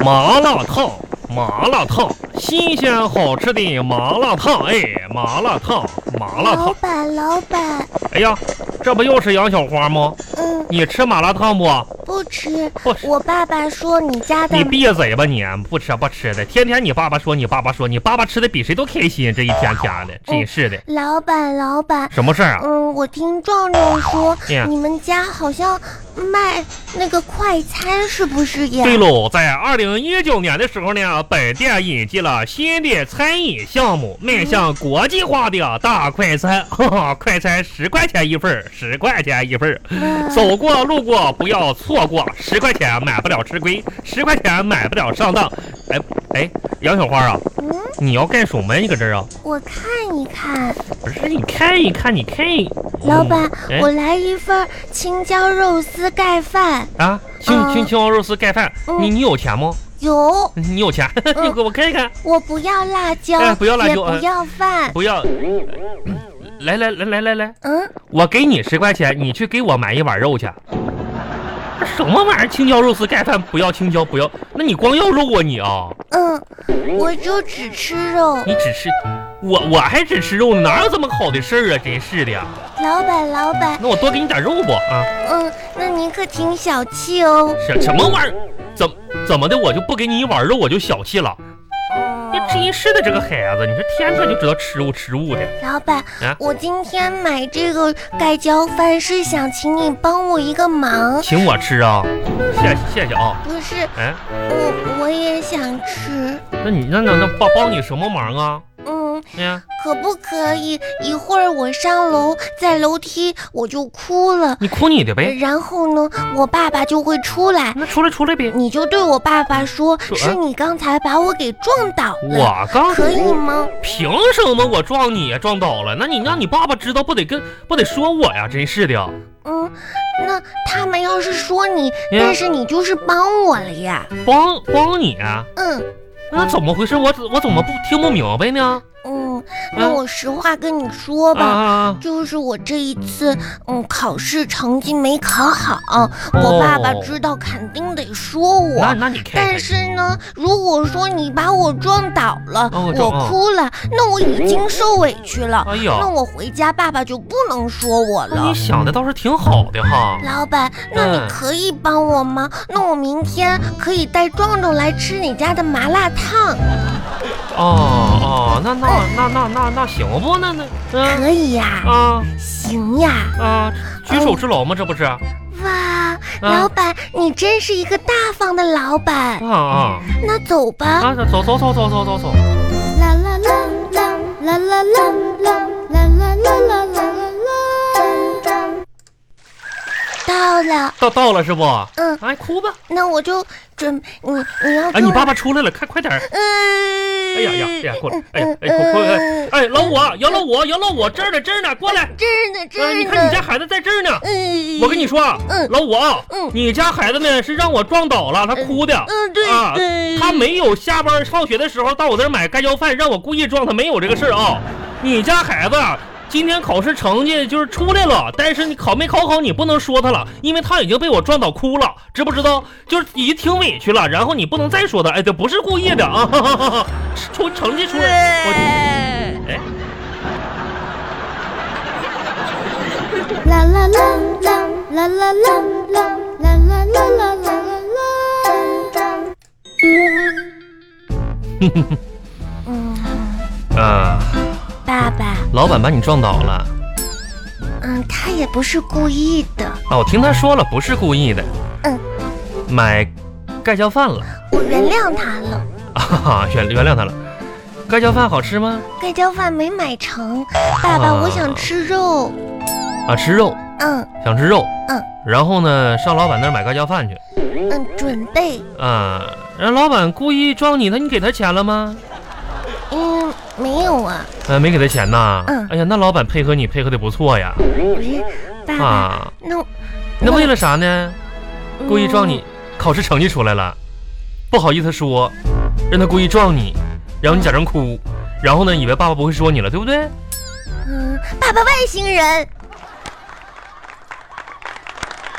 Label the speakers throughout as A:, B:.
A: 麻辣烫，麻辣烫，新鲜好吃的麻辣烫，哎，麻辣烫，麻辣
B: 老
A: 烫。
B: 板，老板，
A: 哎呀，这不又是杨小花吗？
B: 嗯，
A: 你吃麻辣烫不？
B: 不吃。
A: 不吃。
B: 我爸爸说你家的
A: 你闭嘴吧你！不吃不吃的，天天你爸爸说你爸爸说你爸爸吃的比谁都开心，这一天天的，真是的。
B: 老板，老板，
A: 什么事儿啊？
B: 嗯，我听壮壮说
A: 哎呀
B: 你们家好像卖那个快餐，是不是呀？
A: 对喽，在二零一九年的时候呢，本店引进了新的餐饮项目，迈向国际化的大快餐。 哈哈，快餐十块钱一份儿，十块钱一份儿。
B: 嗯
A: 走过路过不要错过，十块钱买不了吃亏，十块钱买不了上当。哎哎，杨小花啊，
B: 嗯，
A: 你要干什么呀？你搁这儿啊？
B: 我看一看，
A: 不是，你看一看，你看一。
B: 老板
A: 嗯哎，
B: 我来一份青椒肉丝盖饭。
A: 啊，青
B: 嗯
A: 青青椒肉丝盖饭，
B: 嗯
A: 你你有钱吗？
B: 有，
A: 你有钱， 你给我看一看。
B: 我不要辣椒，
A: 哎不要辣椒
B: 也
A: 哎
B: 不要饭。
A: 不要，来来来来来来，
B: 嗯，
A: 我给你十块钱，你去给我买一碗肉去。什么玩意儿？青椒肉丝盖饭不要青椒，不要，那你光要肉啊你啊？
B: 嗯，我就只吃肉。
A: 你只吃，我我还只吃肉呢，哪有这么好的事儿啊？真是的呀，
B: 老板，老板，
A: 那我多给你点肉不啊？
B: 嗯，那您可挺小气哦。
A: 什什么玩意儿？怎怎么的？我就不给你一碗肉，我就小气了？这真是的，这个孩子，你说天天就知道吃肉吃肉的。
B: 老板，
A: 啊
B: 我今天买这个盖浇饭是想请你帮我一个忙，
A: 请我吃啊，谢谢谢啊。
B: 不是嗯
A: 哎，
B: 我我也想吃。
A: 那你那那那帮帮你什么忙啊？
B: 嗯，
A: 哎呀，
B: 可不可以一会儿我上楼，在楼梯我就哭了，
A: 你哭你的呗，
B: 然后呢，我爸爸就会出来，
A: 那出来出来呗。
B: 你就对我爸爸说，
A: 说啊
B: 是你刚才把我给撞倒了，
A: 我刚
B: 可以吗？
A: 凭什么我撞你啊撞倒了？那你让你爸爸知道不得跟不得说我呀？真是的，
B: 嗯，那他们要是说你，
A: 嗯
B: 但是你就是帮我了呀。
A: 帮帮你、啊
B: 嗯
A: 那怎么回事？我怎我怎么不听不明白呢？
B: 嗯，那
A: 嗯
B: 我实话跟你说
A: 啊
B: 吧。
A: 啊，啊
B: 就是我这一次，嗯，考试成绩没考好，
A: 哦
B: 我爸爸知道肯定得说
A: 那
B: 我。
A: 那你看
B: 但
A: 看，
B: 是呢，如果说你把我撞倒了，
A: 哦撞
B: 我哭了，那我已经受委屈了，
A: 哎
B: 那
A: 呀，
B: 我回家爸爸就不能说我
A: 那
B: 了
A: 你。想的倒是挺好的哈。
B: 老板，那你
A: 嗯
B: 可以帮我吗？那我明天可以带壮壮来吃你家的麻辣烫，
A: 哦哦，啊那那那那那那行不？那那嗯
B: 可以呀、
A: 啊
B: 行呀。
A: 啊，举手之劳吗？这不是？啊嗯
B: 哇，老板，你真是一个大方的老板。
A: 啊啊
B: 那走吧。
A: 啊！走走走走走走走。
C: 啦啦啦啦啦啦啦啦啦啦啦啦啦啦啦。
B: 到了，
A: 到到了是不？
B: 嗯，
A: 哎，哭吧！
B: 那我就准你，你要
A: 哎，
B: 跟
A: 你
B: 我，
A: 爸爸出来了，快快点儿！
B: 嗯，
A: 哎呀呀，哎呀，过来！哎呀，哎，快快！哎，哎，老五啊，杨老五，杨老五，这儿呢，这儿呢，过来！
B: 这儿呢，嗯这
A: 哎，
B: 儿
A: 你看你
B: 呢。
A: 家孩子在这儿呢。
B: 嗯，
A: 我跟你，说啊
B: 嗯，
A: 老五啊
B: 嗯，
A: 你家孩子呢是让我撞倒了，他哭的。
B: 嗯，对，
A: 啊
B: 嗯
A: 他没有下班放学的时候到我这儿买盖浇饭，让我故意撞他，没有这个事儿啊。你家孩子啊今天考试成绩就是出来了，但是你考没考好，你不能说他了，因为他已经被我撞倒哭了，知不知道？就是已经挺委屈了，然后你不能再说他，哎，这不是故意的啊， 哈哈哈哈出成绩出来，我哎。
C: 啦啦啦啦啦啦啦啦啦啦啦啦啦啦。
B: 嗯，
A: 啊，
B: 爸爸，
A: 老板把你撞倒了
B: 嗯，他也不是故意的。
A: 啊！我听他说了，不是故意的。
B: 嗯，
A: 买盖浇饭了，
B: 我原谅他了。
A: 啊哈哈，原原谅他了。盖浇饭好吃吗？
B: 盖浇饭没买成，爸爸，
A: 啊
B: 我想吃肉。
A: 啊，吃肉，
B: 嗯
A: 想吃肉。
B: 嗯。
A: 然后呢，上老板那儿买盖浇饭去。
B: 嗯，准备。
A: 啊，让老板故意撞你，他你给他钱了吗？
B: 嗯，没有啊。
A: 呃，没给他钱呐。
B: 嗯
A: 哎呀，那老板配合你配合的不错呀。
B: 不是，爸爸，
A: 啊，
B: 那
A: 那为了啥呢？故意撞你，
B: 嗯
A: 考试成绩出来了，不好意思说，让他故意撞你，然后你假装哭，然后呢，以为爸爸不会说你了，对不对？
B: 嗯，爸爸外星人。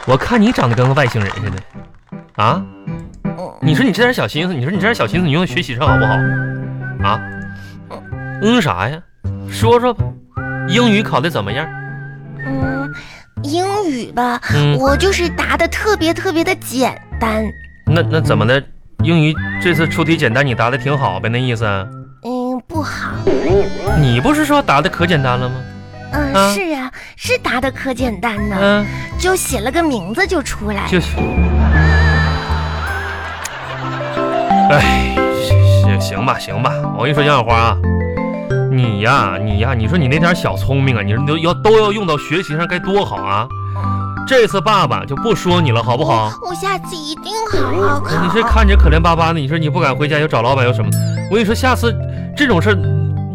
A: 我看你长得跟个外星人似的，啊，
B: 嗯嗯
A: 你说你这点小心思，你说你这点小心思，你用在学习上好不好？啊？嗯啥呀？说说吧，英语考的怎么样？
B: 嗯，英语吧，
A: 嗯，
B: 我就是答的特别特别的简单。
A: 那那怎么的？英语这次出题简单，你答的挺好呗？那意思？啊
B: 嗯，不好。
A: 你不是说答的可简单了吗？
B: 嗯，
A: 啊
B: 是啊，是答的可简单呢，
A: 嗯、
B: 就写了个名字就出来。
A: 就是，哎，行行吧，行吧，我跟你说，杨小花啊，你呀、你呀、你说你那点小聪明啊，你说你都要都要用到学习上，该多好啊！这次爸爸就不说你了，好不好？哦
B: 我下次一定好好考。
A: 你是看着可怜巴巴的，你说你不敢回家又找老板又什么？我跟你说，下次这种事儿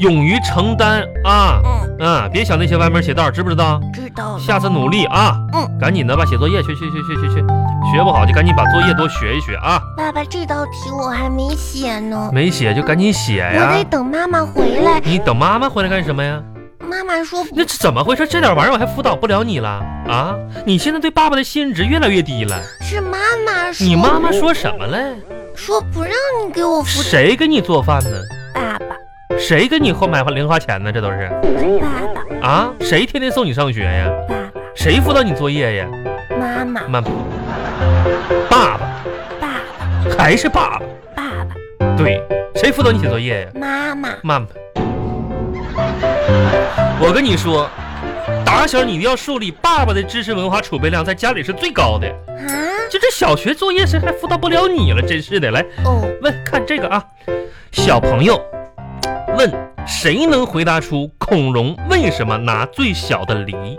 A: 勇于承担啊，
B: 嗯，
A: 嗯，别想那些歪门邪道，知不知道？
B: 知道了。
A: 下次努力啊，
B: 嗯，
A: 赶紧的吧，写作业去去去去去去，学不好就赶紧把作业多学一学啊。
B: 爸爸，这道题我还没写呢，
A: 没写就赶紧写
B: 我
A: 哎呀
B: 得！等妈妈回来。
A: 你等妈妈回来干什么呀？
B: 妈妈说不
A: 那这怎么回事？这点玩意儿我还辅导不了你了啊！你现在对爸爸的信任值越来越低了。
B: 是妈妈说，
A: 你妈妈说什么了？
B: 说不让你给我扶
A: 谁给你做饭呢？
B: 爸爸，
A: 谁给你花买零花钱呢？这都是
B: 爸爸，
A: 啊！谁天天送你上学呀？
B: 爸爸，
A: 谁辅导你作业呀？
B: 妈妈，
A: 妈，爸爸
B: 爸爸，
A: 还是爸
B: 爸爸，
A: 爸？对，谁辅导你写作业呀？
B: 妈妈，
A: 妈妈，我跟你说，打小你要树立爸爸的知识文化储备量在家里是最高的。
B: 啊，
A: 就这小学作业谁还辅导不了你了？真是的，来
B: 哦，
A: 问看这个啊，小朋友问谁能回答出孔融为什么拿最小的梨？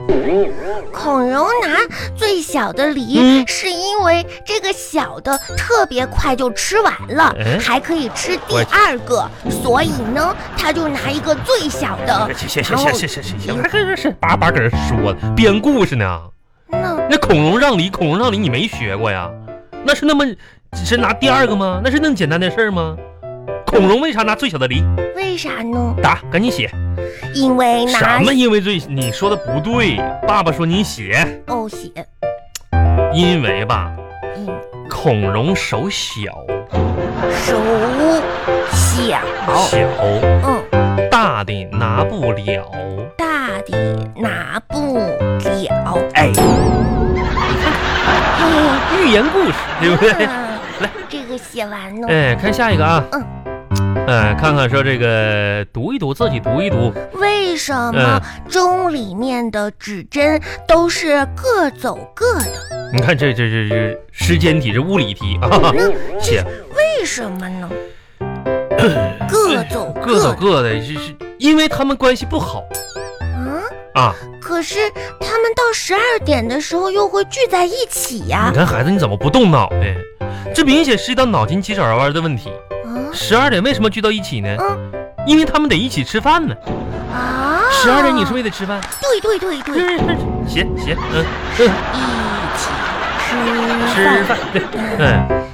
B: 孔融拿最小的梨，
A: 嗯
B: 是因为这个小的特别快就吃完了，
A: 哎
B: 还可以吃第
A: 我
B: 二个，所以呢，他就拿一个最小的。
A: 行行行行行行行行，还跟这是叭叭搁这说呢，编故事呢。
B: 那
A: 那孔融让梨，孔融让梨，你没学过呀？那是那么只是拿第二个吗？那是那么简单的事儿吗？孔融为啥拿最小的梨？
B: 为啥呢？
A: 答，赶紧写。
B: 因为
A: 什
B: 拿
A: 么？因为最你说的不对，爸爸说你写，
B: 哦写，
A: 因为吧，
B: 嗯，
A: 孔融手小，
B: 手小，
A: 小
B: 嗯，
A: 大的拿不了。
B: 大的拿不了。
A: 哎，
B: 嘿
A: 寓言故事， 对不对？
B: 啊这个写完了，
A: 哎，看下一个啊。
B: 嗯。
A: 呃，看看说这个读一读，自己读一读。
B: 为什么
A: 嗯
B: 钟里面的指针都是各走各的？
A: 你看这这这这时间题，这物理题啊， 写
B: 为什么 呢？各走
A: 各走
B: 各
A: 各
B: 的。
A: 的，是是因为他们关系不好
B: 嗯，
A: 啊。
B: 可是他们到十二点的时候又会聚在一起呀
A: 你、看孩子，你怎么不动脑袋？这明显是一道脑筋急转弯的问题。
B: 啊。
A: 十二点为什么聚到一起呢？
B: 嗯
A: 因为他们得一起吃饭呢。
B: 啊啊！
A: 十二点你是不是也得吃饭？
B: 对对对
A: 是
B: 对，
A: 是是，写写，嗯嗯，
B: 一起
A: 吃
B: 吃
A: 饭
B: 饭。，
A: 对，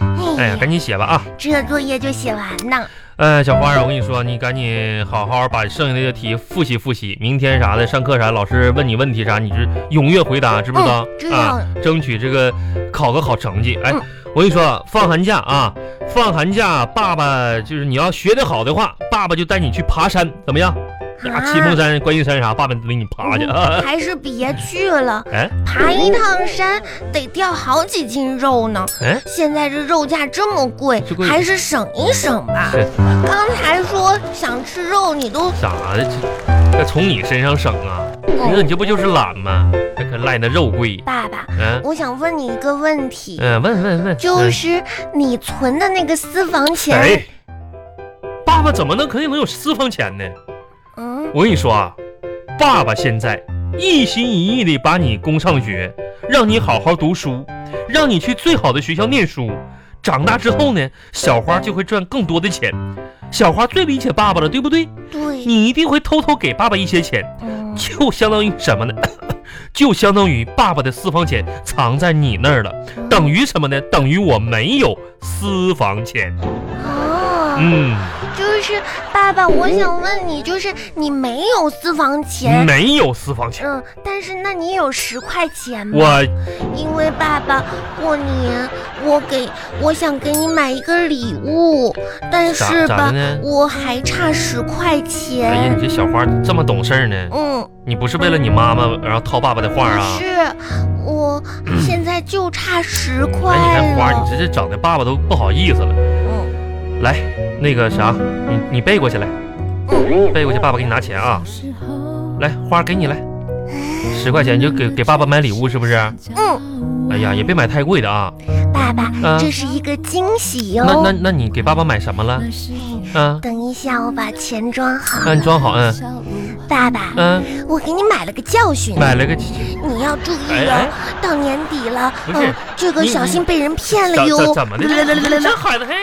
A: 嗯，哎
B: 哎
A: 呀，
B: 呀，
A: 赶紧写吧啊！
B: 这作业就写完呢。
A: 呃，小花儿，我跟你说，你赶紧好好把剩下的题复习复习，明天啥的上课啥，老师问你问题啥，你是踊跃回答，知不知道？
B: 嗯知道
A: 啊，争取这个考个好成绩。哎，
B: 嗯
A: 我跟你说，放寒假啊，放寒假，爸爸就是你要学得好的话，爸爸就带你去爬山，怎么样？啊，七峰山、观音山啥，爸爸领你爬去啊。
B: 还是别去了，
A: 哎
B: 爬一趟山得掉好几斤肉呢。
A: 哎，
B: 现在这肉价这么贵
A: 这，贵嗯
B: 还是省一省吧
A: 是。
B: 刚才说想吃肉，你都
A: 咋的？这这从你身上省啊？
B: 哦
A: 你说你这不就是懒吗？这可赖那肉贵。
B: 爸爸，
A: 嗯
B: 我想问你一个问题，
A: 嗯，问问问，
B: 就
A: 嗯
B: 是你存的那个私房钱
A: 哎，，爸爸怎么能可以能有私房钱呢？
B: 嗯，
A: 我跟你说啊，爸爸现在一心一意的把你供上学，让你好好读书，让你去最好的学校念书。长大之后呢，小花就会赚更多的钱。小花最理解爸爸了，对不对？
B: 对，
A: 你一定会偷偷给爸爸一些钱，
B: 嗯，
A: 就相当于什么呢？ 就相当于爸爸的私房钱藏在你那儿了，等于什么呢？等于我没有私房钱。
B: 哦，
A: 嗯。
B: 就是爸爸，我想问你，就是你没有私房钱，
A: 没有私房钱，
B: 嗯，但是那你有十块钱吗？
A: 我
B: 因为爸爸过年，我给我想给你买一个礼物，但
A: 咋
B: 是
A: 咋的
B: 吧
A: 呢，
B: 我还差十块
A: 哎呀，你
B: 钱。
A: 这小花这么懂事儿呢？
B: 嗯，
A: 你不是为了你妈妈然后套爸爸的话
B: 可
A: 啊？
B: 是我现在就差十块
A: 哎，你看花，你
B: 了。
A: 这这整的爸爸都不好意思了。
B: 嗯
A: 来，那个啥，你你背过去来，
B: 嗯，
A: 背过去，爸爸给你拿钱啊。
C: 嗯，
A: 来，花儿给你来，十块钱你就给给爸爸买礼物是不是？哎呀，也别买太贵的啊。
B: 爸爸，
A: 嗯
B: 这是一个惊喜哟、
A: 那那那你给爸爸买什么了？嗯，
B: 等一下，我把钱装好。
A: 那你装好，嗯
B: 爸爸，
A: 嗯，
B: 我给你买了个教训，
A: 买了个
B: 你要注意
A: 哎
B: 哦
A: 哎，
B: 到年底了，
A: 不是
B: 嗯，这个
A: 你
B: 小
A: 你
B: 心被人骗了
A: 怎
B: 哟。
A: 怎怎么的？这孩子嘿，